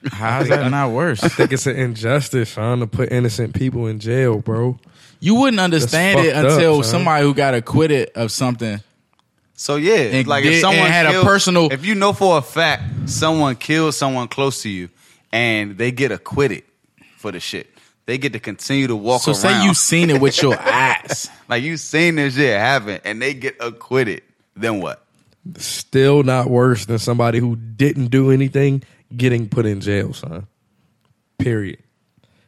Speaker 4: (laughs) How is that not worse?
Speaker 5: I think it's an injustice, son, to put innocent people in jail, bro.
Speaker 4: (laughs) You wouldn't understand it
Speaker 5: fucked up,
Speaker 4: until
Speaker 5: son.
Speaker 4: somebody who got acquitted of something.
Speaker 2: so yeah,
Speaker 4: And
Speaker 2: like
Speaker 4: did-
Speaker 2: if someone
Speaker 4: and had a
Speaker 2: killed-
Speaker 4: personal-
Speaker 2: if you know for a fact someone killed someone close to you, and they get acquitted for the shit, they get to continue to walk
Speaker 4: So
Speaker 2: around.
Speaker 4: say you seen it with your eyes.
Speaker 2: like you seen this shit happen, and they get acquitted. Then what?
Speaker 5: Still not worse than somebody who didn't do anything getting put in jail, son. Period.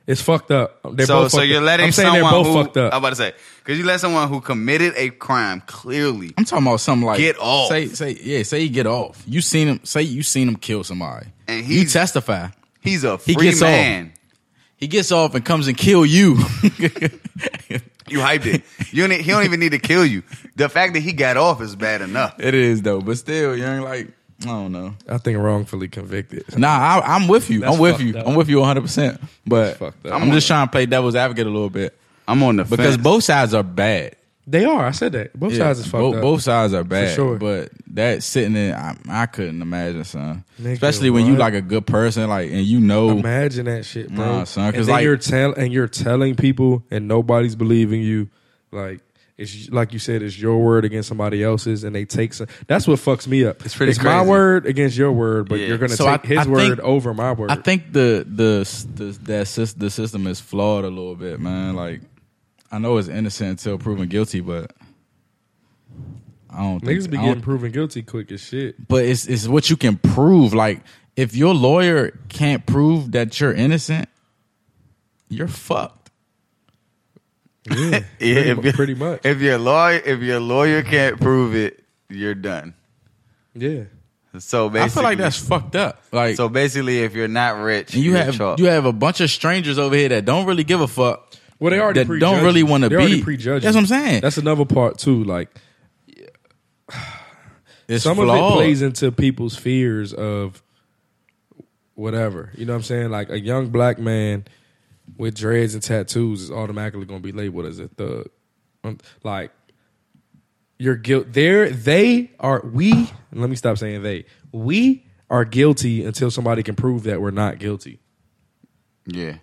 Speaker 5: It's fucked up. They're
Speaker 2: so,
Speaker 5: both
Speaker 2: so
Speaker 5: fucked
Speaker 2: you're
Speaker 5: up.
Speaker 2: letting
Speaker 5: I'm saying
Speaker 2: someone
Speaker 5: they're both
Speaker 2: who,
Speaker 5: fucked up.
Speaker 2: I'm about to say because you let someone who committed a crime clearly.
Speaker 4: I'm talking about something like
Speaker 2: Get off.
Speaker 4: Say say yeah, say you get off. You seen him say you seen him kill somebody.
Speaker 2: And
Speaker 4: you
Speaker 2: he's-
Speaker 4: testify.
Speaker 2: He's a
Speaker 4: He
Speaker 2: free
Speaker 4: gets off.
Speaker 2: man.
Speaker 4: He gets off and comes and kill you. (laughs)
Speaker 2: You hyped it. You don't, e-, he don't even need to kill you. The fact that he got off is bad enough.
Speaker 4: it is though, but still, you ain't like I don't know.
Speaker 5: I think wrongfully convicted.
Speaker 4: Nah, I, I'm with you.
Speaker 5: That's
Speaker 4: I'm with
Speaker 5: fucked
Speaker 4: you.
Speaker 5: up.
Speaker 4: I'm with you 100. percent But
Speaker 5: That's fucked up.
Speaker 4: I'm just trying to play devil's advocate a little bit
Speaker 2: I'm on the
Speaker 4: because both sides are bad.
Speaker 5: They are. I said that. Both
Speaker 4: Yeah,
Speaker 5: sides is fucked
Speaker 4: bo-
Speaker 5: up.
Speaker 4: Both sides are bad.
Speaker 5: sure.
Speaker 4: But that sitting in, I, I couldn't imagine, son.
Speaker 5: Nigga,
Speaker 4: Especially when you
Speaker 5: what?
Speaker 4: like a good person, like and you know,
Speaker 5: Imagine that shit, bro.
Speaker 4: Nah, son, 'cause
Speaker 5: and then
Speaker 4: like-
Speaker 5: you're tell and you're telling people, and nobody's believing you. Like it's like you said, it's your word against somebody else's, and they take some. That's what fucks me up. It's
Speaker 2: pretty
Speaker 5: my
Speaker 2: crazy.
Speaker 5: word against your word, but
Speaker 2: Yeah.
Speaker 5: you're gonna
Speaker 4: So
Speaker 5: take
Speaker 4: I-
Speaker 5: his
Speaker 4: I think-
Speaker 5: word over my word.
Speaker 4: I think the the the that sys- the system is flawed a little bit, man. Like I know it's innocent until proven guilty, but I don't think
Speaker 5: Niggas be
Speaker 4: I don't-
Speaker 5: getting proven guilty quick as
Speaker 4: (laughs)
Speaker 5: shit.
Speaker 4: but it's it's what you can prove. Like if your lawyer can't prove that you're innocent, you're fucked.
Speaker 5: Yeah,
Speaker 2: Yeah,
Speaker 5: pretty,
Speaker 2: if
Speaker 5: mu-
Speaker 2: you-
Speaker 5: pretty much.
Speaker 2: If your lawyer, if your lawyer can't prove it, you're done.
Speaker 5: yeah,
Speaker 2: So basically,
Speaker 4: I feel like that's fucked up. Like
Speaker 2: so basically. If you're not rich,
Speaker 4: And you
Speaker 2: you're
Speaker 4: have
Speaker 2: chalk.
Speaker 4: you have a bunch of strangers over here that don't really give a fuck.
Speaker 5: Well, they already
Speaker 4: that
Speaker 5: prejudge
Speaker 4: don't
Speaker 5: you.
Speaker 4: really want to
Speaker 5: They already
Speaker 4: be.
Speaker 5: prejudge you.
Speaker 4: That's what I'm saying.
Speaker 5: That's another part too. Like
Speaker 4: it's
Speaker 5: some
Speaker 4: flawed.
Speaker 5: of it plays into people's fears of whatever. You know what I'm saying? Like a young black man with dreads and tattoos is automatically going to be labeled as a thug. Um, Like you're guilt. There, they are. We. Let me stop saying they. We are guilty until somebody can prove that we're not guilty.
Speaker 2: yeah.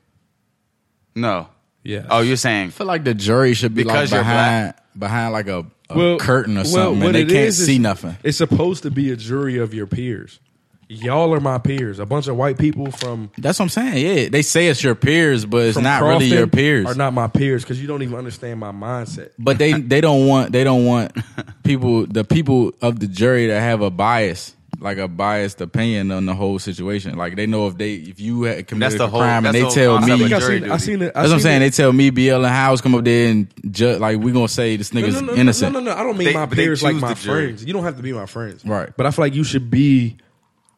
Speaker 2: No.
Speaker 5: Yes.
Speaker 2: Oh, you're saying
Speaker 4: I feel like the jury should be
Speaker 2: Because
Speaker 4: like
Speaker 2: you're
Speaker 4: behind behind like a, a curtain or
Speaker 5: well,
Speaker 4: something,
Speaker 5: what
Speaker 4: and they
Speaker 5: it
Speaker 4: can't
Speaker 5: is is
Speaker 4: see nothing.
Speaker 5: It's supposed to be a jury of your peers. Y'all are my peers. A bunch of white people from
Speaker 4: That's what I'm saying. Yeah, they say it's your peers, but it's
Speaker 5: from
Speaker 4: not
Speaker 5: Crofton
Speaker 4: really your peers.
Speaker 5: Are not my peers because you don't even understand my mindset.
Speaker 4: but they they don't want they
Speaker 2: (laughs)
Speaker 4: don't want people the people of the jury to have a bias like a biased opinion on the whole situation. Like they know if they if you had committed
Speaker 2: the
Speaker 4: a
Speaker 2: whole-
Speaker 4: crime
Speaker 2: that's
Speaker 4: and they
Speaker 2: the whole
Speaker 4: tell
Speaker 2: concept
Speaker 4: me
Speaker 2: of
Speaker 5: I
Speaker 2: jury
Speaker 5: seen, I
Speaker 2: duty.
Speaker 5: seen it. I
Speaker 4: That's what I'm
Speaker 5: seen
Speaker 4: saying.
Speaker 5: it-
Speaker 4: They tell me BL and Howes come up there and ju- like we gonna say this
Speaker 5: No,
Speaker 4: nigga's
Speaker 5: no, no, no,
Speaker 4: innocent.
Speaker 5: No, no, no, I don't mean
Speaker 2: They-
Speaker 5: my
Speaker 2: but they
Speaker 5: peers like
Speaker 2: choose
Speaker 5: my
Speaker 2: the jury.
Speaker 5: friends. You don't have to be my friends,
Speaker 4: Right.
Speaker 5: But I feel like you should be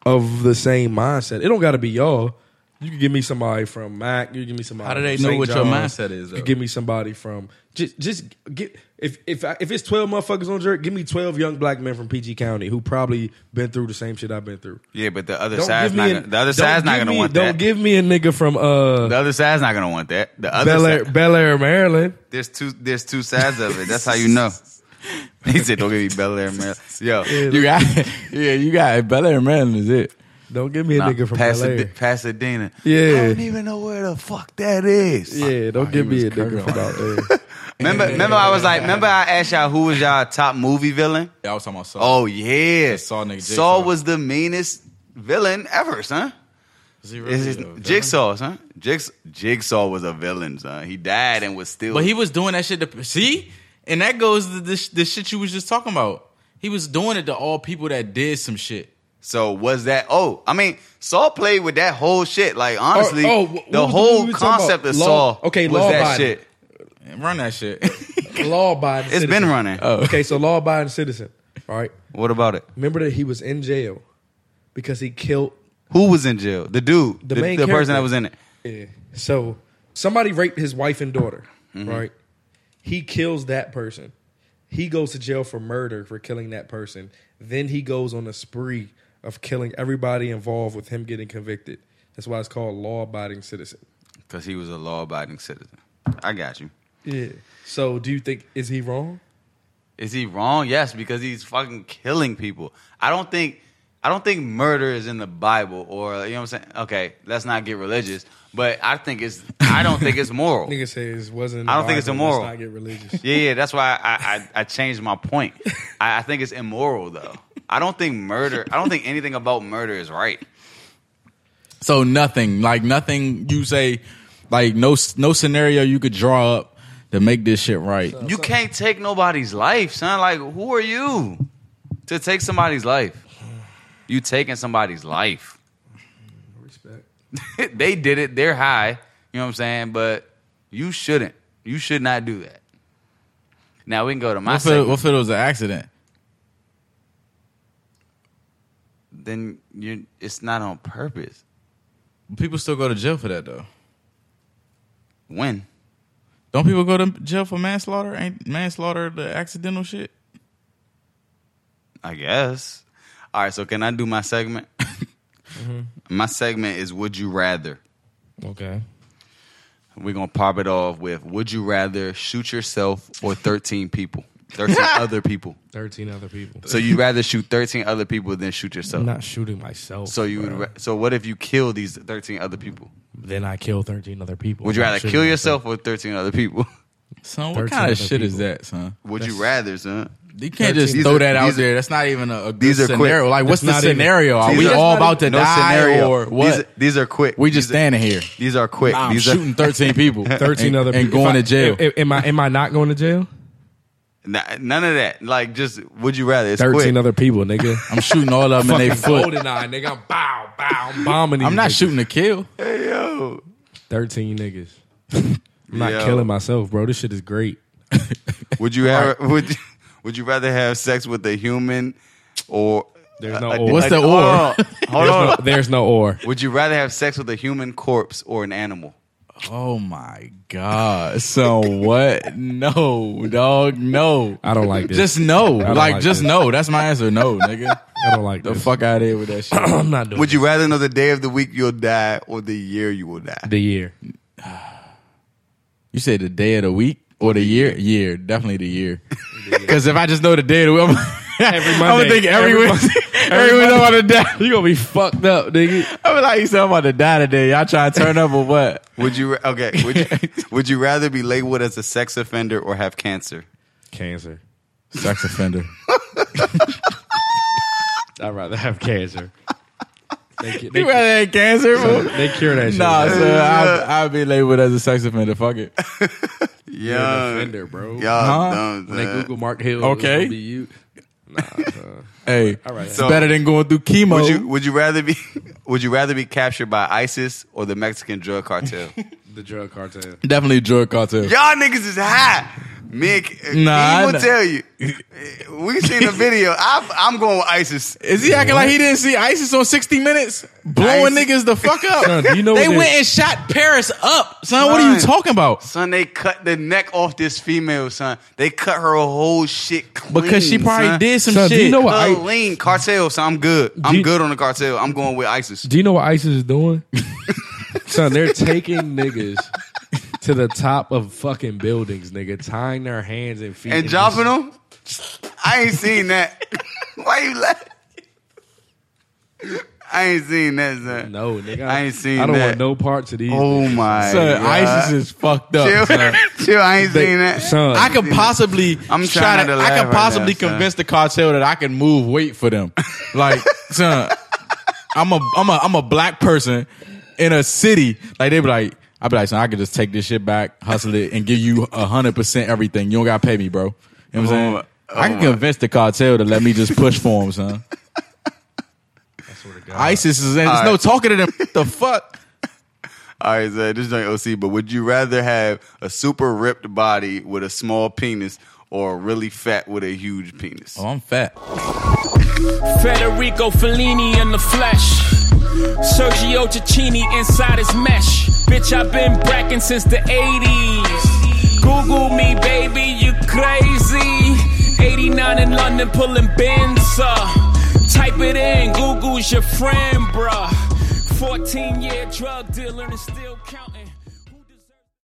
Speaker 5: of the same mindset. It don't got to be y'all. You could give me somebody from Mac. You could give me somebody.
Speaker 4: How do they
Speaker 5: from
Speaker 4: know
Speaker 5: St.
Speaker 4: what your
Speaker 5: John's.
Speaker 4: mindset is,
Speaker 5: You
Speaker 4: though?
Speaker 5: could give me somebody from just just get if if I, if it's twelve motherfuckers on jerk, give me twelve young black men from PG County who probably been through the same shit I've been through.
Speaker 2: Yeah, but the other
Speaker 5: Don't
Speaker 2: side's
Speaker 5: give
Speaker 2: not.
Speaker 5: me
Speaker 2: Gonna,
Speaker 5: an-
Speaker 2: the other
Speaker 5: don't
Speaker 2: side's not
Speaker 5: give
Speaker 2: gonna
Speaker 5: me-
Speaker 2: want
Speaker 5: Don't
Speaker 2: that.
Speaker 5: give me a nigga from uh
Speaker 2: the other side's not gonna want that. The other
Speaker 5: Bel Air,
Speaker 2: side,
Speaker 5: Bel Air, Maryland.
Speaker 2: there's two there's two sides of it. That's how you know. (laughs) He said, "Don't give me Bel Air, man." Yo,
Speaker 4: You got, (laughs) yeah, you got Bel Air Maryland is it?
Speaker 5: Don't give me a
Speaker 2: nah,
Speaker 5: nigga from
Speaker 2: Pasad-
Speaker 5: Bel Air.
Speaker 2: Pasadena.
Speaker 5: Yeah.
Speaker 2: I don't even know where the fuck that is.
Speaker 5: Yeah, don't
Speaker 4: Oh,
Speaker 5: give
Speaker 4: he
Speaker 5: me a
Speaker 4: was
Speaker 5: nigga
Speaker 4: Kirk
Speaker 5: from
Speaker 2: (laughs)
Speaker 5: out (laughs) there.
Speaker 2: Remember, remember, I was like, remember, I asked y'all who was y'all top movie villain.
Speaker 4: Yeah, I was talking about Saw.
Speaker 2: Oh yeah,
Speaker 4: Saw nigga
Speaker 2: Saw
Speaker 4: Jigsaw.
Speaker 2: was the meanest villain ever, son.
Speaker 4: Is he really
Speaker 2: It's his-
Speaker 4: a villain?
Speaker 2: Jigsaw, son. Jigs- Jigsaw was a villain, son. He died and was still.
Speaker 4: But he was doing that shit to see, and that goes to the the shit you was just talking about. He was doing it to all people that did some shit.
Speaker 2: so was that? Oh, I mean, Saw played with that whole shit. Like honestly,
Speaker 5: oh, what
Speaker 2: the
Speaker 5: was the movie
Speaker 2: whole
Speaker 5: we were talking
Speaker 2: concept
Speaker 5: about?
Speaker 2: of
Speaker 5: Law-
Speaker 2: Saw
Speaker 5: okay,
Speaker 2: was
Speaker 5: Law
Speaker 2: that
Speaker 5: Abiding.
Speaker 2: shit.
Speaker 4: Run that shit. (laughs)
Speaker 5: law abiding.
Speaker 2: It's been running.
Speaker 5: Okay, so law abiding citizen. All right.
Speaker 2: What about it?
Speaker 5: Remember that he was in jail because he killed.
Speaker 2: Who was in jail? The dude, the,
Speaker 5: The main
Speaker 2: the person
Speaker 5: character.
Speaker 2: that was in it.
Speaker 5: Yeah. So somebody raped his wife and daughter.
Speaker 2: Mm-hmm.
Speaker 5: Right. He kills that person. He goes to jail for murder for killing that person. Then he goes on a spree of killing everybody involved with him getting convicted. That's why it's called law abiding citizen.
Speaker 2: Because he was a law abiding citizen. I got you.
Speaker 5: Yeah. So do you think is he wrong?
Speaker 2: Is he wrong? Yes, because he's fucking killing people. I don't think I don't think murder is in the Bible or you know what I'm saying? Okay, let's not get religious, but I think it's I don't think
Speaker 5: (laughs)
Speaker 2: it's moral.
Speaker 5: Nigga says wasn't. in the
Speaker 2: I don't think it's
Speaker 5: Bible, let's
Speaker 2: immoral.
Speaker 5: Not get religious.
Speaker 2: Yeah, yeah, that's why I I, I changed my point. I, I think it's immoral though. I don't think murder I don't think anything about murder is right.
Speaker 4: so nothing, like nothing you say, like no no scenario you could draw up to make this shit right.
Speaker 2: You can't take nobody's life, son. Like who are you to take somebody's life? You taking somebody's life. (laughs)
Speaker 5: Respect.
Speaker 2: they did it. They're high. You know what I'm saying? But you shouldn't. You should not do that. Now we can go to my
Speaker 4: What if, it,
Speaker 2: segment.
Speaker 4: what if it was an accident?
Speaker 2: then you it's not on purpose.
Speaker 4: People still go to jail for that though.
Speaker 2: When?
Speaker 4: Don't people go to jail for manslaughter? Ain't manslaughter the accidental shit?
Speaker 2: I guess. All right, so can I do my segment? (laughs)
Speaker 4: Mm-hmm.
Speaker 2: My segment is Would You Rather?
Speaker 5: Okay.
Speaker 2: We're going to pop it off with Would You Rather Shoot Yourself or 13 people? 13
Speaker 4: (laughs)
Speaker 2: other people.
Speaker 5: Thirteen other people.
Speaker 2: So you'd rather shoot 13 other people than shoot yourself?
Speaker 5: I'm not shooting myself.
Speaker 2: So you would,
Speaker 5: bro.
Speaker 2: ra- so what if you kill these 13 other people?
Speaker 5: then I kill thirteen other people.
Speaker 2: Would you
Speaker 5: I'm
Speaker 2: rather
Speaker 5: shooting
Speaker 2: kill
Speaker 5: myself.
Speaker 2: yourself or 13 other people? (laughs)
Speaker 4: Son, what
Speaker 5: 13
Speaker 4: kind
Speaker 5: other
Speaker 4: of shit is
Speaker 5: people.
Speaker 4: that, son?
Speaker 2: Would you
Speaker 5: That's-
Speaker 2: rather, son?
Speaker 4: You can't just
Speaker 2: 13.
Speaker 4: throw
Speaker 2: These are-
Speaker 4: that out
Speaker 2: these are-
Speaker 4: there. That's not even a, a good
Speaker 2: These are quick.
Speaker 4: scenario. Like,
Speaker 5: That's
Speaker 4: what's the
Speaker 5: not even-
Speaker 4: scenario? Are
Speaker 2: These
Speaker 4: we
Speaker 2: are-
Speaker 4: all
Speaker 5: that's not
Speaker 4: about to
Speaker 2: no
Speaker 4: die
Speaker 2: scenario.
Speaker 4: or
Speaker 2: These are,
Speaker 4: what?
Speaker 2: these are quick.
Speaker 4: We just
Speaker 2: these
Speaker 4: standing here.
Speaker 2: Are, these are quick.
Speaker 4: Nah, I'm
Speaker 2: these
Speaker 4: shooting 13 people.
Speaker 5: 13
Speaker 4: and,
Speaker 5: other
Speaker 4: And
Speaker 5: people. If
Speaker 4: going
Speaker 5: I-
Speaker 4: to jail.
Speaker 5: Am, am I am I not going to jail?
Speaker 2: are nah, none of that. Like, just would you rather? It's
Speaker 5: Thirteen
Speaker 2: quick.
Speaker 5: other people, (laughs) nigga.
Speaker 4: I'm shooting all of them in their foot.
Speaker 5: Goldeneye, nigga. I'm bow bow. I'm bombing. These
Speaker 4: I'm not
Speaker 5: niggas.
Speaker 4: shooting to kill.
Speaker 2: Hey, yo.
Speaker 5: Thirteen niggas. I'm not
Speaker 2: Yo.
Speaker 5: killing myself, bro. This shit is great.
Speaker 2: Would you have? Would you, Would you rather have sex with a human or?
Speaker 5: There's no
Speaker 2: a- a-
Speaker 5: or. What's
Speaker 4: the
Speaker 2: hold
Speaker 4: or?
Speaker 2: on, Hold
Speaker 5: There's
Speaker 2: on.
Speaker 5: no, there's no or.
Speaker 2: Would you rather have sex with a human corpse or an animal?
Speaker 4: Oh my God. So what? No, dog. No.
Speaker 5: I don't
Speaker 4: (laughs)
Speaker 5: like this.
Speaker 4: Just
Speaker 5: don't
Speaker 4: no. Like,
Speaker 5: like
Speaker 4: just
Speaker 5: this.
Speaker 4: no. That's my answer. No, nigga.
Speaker 5: I don't like
Speaker 4: The
Speaker 5: this.
Speaker 4: fuck out of here with that shit.
Speaker 5: (clears throat) I'm not doing
Speaker 2: Would you rather know the day of the week you'll die or the year you will die?
Speaker 5: the year.
Speaker 4: You say the day of the week or the year? Year, definitely the year. Because if I just know the day of the week, I'm,
Speaker 5: Every
Speaker 4: I'm gonna
Speaker 5: Monday.
Speaker 4: think every,
Speaker 5: Every
Speaker 4: week,
Speaker 5: (laughs)
Speaker 4: (laughs) every week I'm about to die.
Speaker 5: You gonna be fucked up, nigga.
Speaker 4: I am like, you said I'm about to die today. Y'all trying to turn up or what?
Speaker 2: Would you? ra- Okay. Would
Speaker 5: (laughs)
Speaker 2: you, would you rather be labeled as a sex offender or have cancer?
Speaker 5: Cancer.
Speaker 4: Sex offender.
Speaker 5: I'd rather have cancer. They, cu-
Speaker 4: (laughs) You
Speaker 5: they,
Speaker 4: rather had cancer? fool?
Speaker 5: they cure that shit.
Speaker 4: Nah,
Speaker 5: That's
Speaker 4: sir. I'll be labeled as a sex offender. Fuck it.
Speaker 5: an
Speaker 2: Yeah.
Speaker 5: offender, bro.
Speaker 2: Y'all
Speaker 4: Huh?
Speaker 2: dumb,
Speaker 5: When they
Speaker 2: son.
Speaker 5: Google Mark Hill,
Speaker 4: Okay.
Speaker 5: it's gonna be you. Nah, uh,
Speaker 4: Hey,
Speaker 5: All right.
Speaker 4: it's
Speaker 2: So-
Speaker 4: better than going through chemo.
Speaker 2: Would you would you rather be (laughs) would you rather be captured by ISIS or the Mexican drug cartel?
Speaker 5: the drug cartel.
Speaker 4: Definitely drug cartel.
Speaker 2: Y'all niggas is high. Me, and-
Speaker 4: Nah,
Speaker 2: he
Speaker 4: I
Speaker 2: will
Speaker 4: know.
Speaker 2: tell
Speaker 4: (laughs)
Speaker 2: you. We seen the video. I've, I'm going with ISIS.
Speaker 4: Is he acting like he didn't see ISIS on 60 Minutes blowing
Speaker 2: Ice-
Speaker 4: niggas the fuck up?
Speaker 5: Son, do you know
Speaker 4: they
Speaker 5: what
Speaker 4: went
Speaker 5: they-
Speaker 4: and shot Paris up. Son, what are you
Speaker 2: Son.
Speaker 4: talking about?
Speaker 2: Son, they cut the neck off this female. Son, they cut her whole shit clean
Speaker 4: Because she probably
Speaker 2: son.
Speaker 4: did some
Speaker 5: Son, do
Speaker 4: shit. Oh,
Speaker 5: you know what I,
Speaker 2: Clean cartel. So I'm good. I'm
Speaker 5: you-
Speaker 2: good on the cartel. I'm going with ISIS.
Speaker 5: Do you know what ISIS is doing? (laughs) Son, they're taking niggas to the top of fucking buildings, nigga, tying their hands and feet
Speaker 2: and
Speaker 5: in
Speaker 2: dropping them. I ain't seen that. (laughs) Why you laughing? I ain't seen that,
Speaker 5: this-
Speaker 2: son.
Speaker 5: No, nigga,
Speaker 2: I ain't seen
Speaker 5: I don't want
Speaker 2: that.
Speaker 5: no parts of these.
Speaker 2: Oh
Speaker 5: niggas.
Speaker 2: my
Speaker 4: Son,
Speaker 2: God.
Speaker 4: ISIS is fucked up.
Speaker 2: Chill,
Speaker 4: son.
Speaker 2: (laughs) chill. I ain't
Speaker 5: They-
Speaker 2: seen that.
Speaker 5: son,
Speaker 2: (laughs)
Speaker 4: I could
Speaker 2: Seen it.
Speaker 4: possibly
Speaker 2: I'm
Speaker 4: try
Speaker 2: trying
Speaker 4: to,
Speaker 2: not to
Speaker 4: I
Speaker 2: laugh
Speaker 4: could
Speaker 2: right
Speaker 4: possibly
Speaker 2: now, son.
Speaker 4: convince the cartel that I can move weight for them.
Speaker 2: (laughs)
Speaker 4: Like, son, I'm a I'm a I'm a black person in a city. Like they be like, I'd be like, son, I could just take this shit back, hustle it, and give you hundred percent everything. You don't gotta pay me, bro. You know what I'm
Speaker 2: Oh,
Speaker 4: saying?
Speaker 2: oh
Speaker 4: I can
Speaker 2: my.
Speaker 4: convince the cartel to let me just push for
Speaker 2: (laughs)
Speaker 4: them, son. ISIS is in. There's
Speaker 2: All
Speaker 4: no
Speaker 2: right.
Speaker 4: talking to them. the fuck?
Speaker 2: All right, so this joint OC, but would you rather have a super ripped body with a small penis or really fat with a huge penis?
Speaker 4: Oh, I'm fat.
Speaker 3: Federico Fellini in the flesh. Sergio Cicchini inside his mesh. Bitch, I've been bracking since the 80s. Google me, baby, you crazy. 89 in London, pulling bins up. Type it in, Google's your friend, bruh. 14 year drug dealer and still counting.